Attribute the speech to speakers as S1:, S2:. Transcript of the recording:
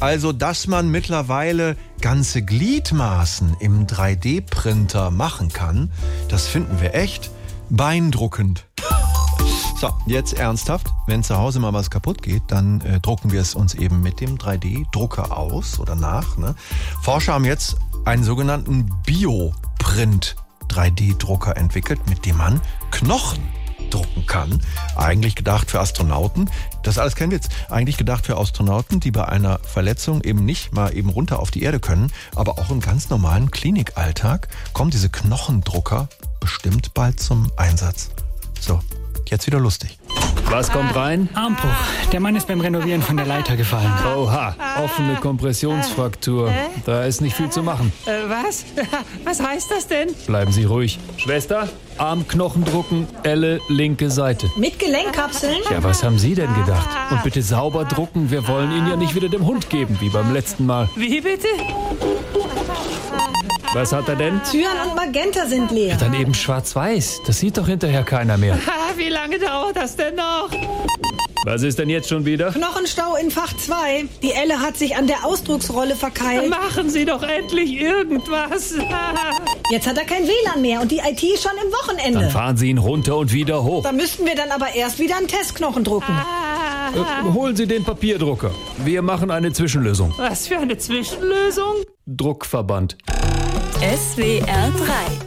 S1: Also, dass man mittlerweile ganze Gliedmaßen im 3D-Printer machen kann, das finden wir echt beeindruckend. So, jetzt ernsthaft, wenn zu Hause mal was kaputt geht, dann äh, drucken wir es uns eben mit dem 3D-Drucker aus oder nach. Ne? Forscher haben jetzt einen sogenannten Bioprint 3D-Drucker entwickelt, mit dem man Knochen drucken kann. Eigentlich gedacht für Astronauten. Das ist alles kein Witz. Eigentlich gedacht für Astronauten, die bei einer Verletzung eben nicht mal eben runter auf die Erde können. Aber auch im ganz normalen Klinikalltag kommen diese Knochendrucker bestimmt bald zum Einsatz. So, jetzt wieder lustig.
S2: Was kommt rein?
S3: Armbruch. Der Mann ist beim Renovieren von der Leiter gefallen.
S2: Oha, offene Kompressionsfraktur. Da ist nicht viel zu machen.
S4: Äh, was? Was heißt das denn?
S2: Bleiben Sie ruhig. Schwester, Armknochen drucken, Elle, linke Seite.
S5: Mit Gelenkkapseln?
S2: Ja, was haben Sie denn gedacht? Und bitte sauber drucken. Wir wollen ihn ja nicht wieder dem Hund geben, wie beim letzten Mal.
S4: Wie bitte?
S2: Was hat er denn?
S5: Türen und Magenta sind leer.
S2: Dann eben schwarz-weiß. Das sieht doch hinterher keiner mehr.
S4: Ah, wie lange dauert das denn noch?
S2: Was ist denn jetzt schon wieder?
S5: Knochenstau in Fach 2. Die Elle hat sich an der Ausdrucksrolle verkeilt.
S4: Machen Sie doch endlich irgendwas.
S5: Jetzt hat er kein WLAN mehr und die IT schon im
S2: Dann
S5: Wochenende.
S2: fahren Sie ihn runter und wieder hoch.
S5: Da müssten wir dann aber erst wieder einen Testknochen drucken.
S4: Ah,
S2: Äh, holen Sie den Papierdrucker. Wir machen eine Zwischenlösung.
S4: Was für eine Zwischenlösung?
S2: Druckverband.
S6: SWR 3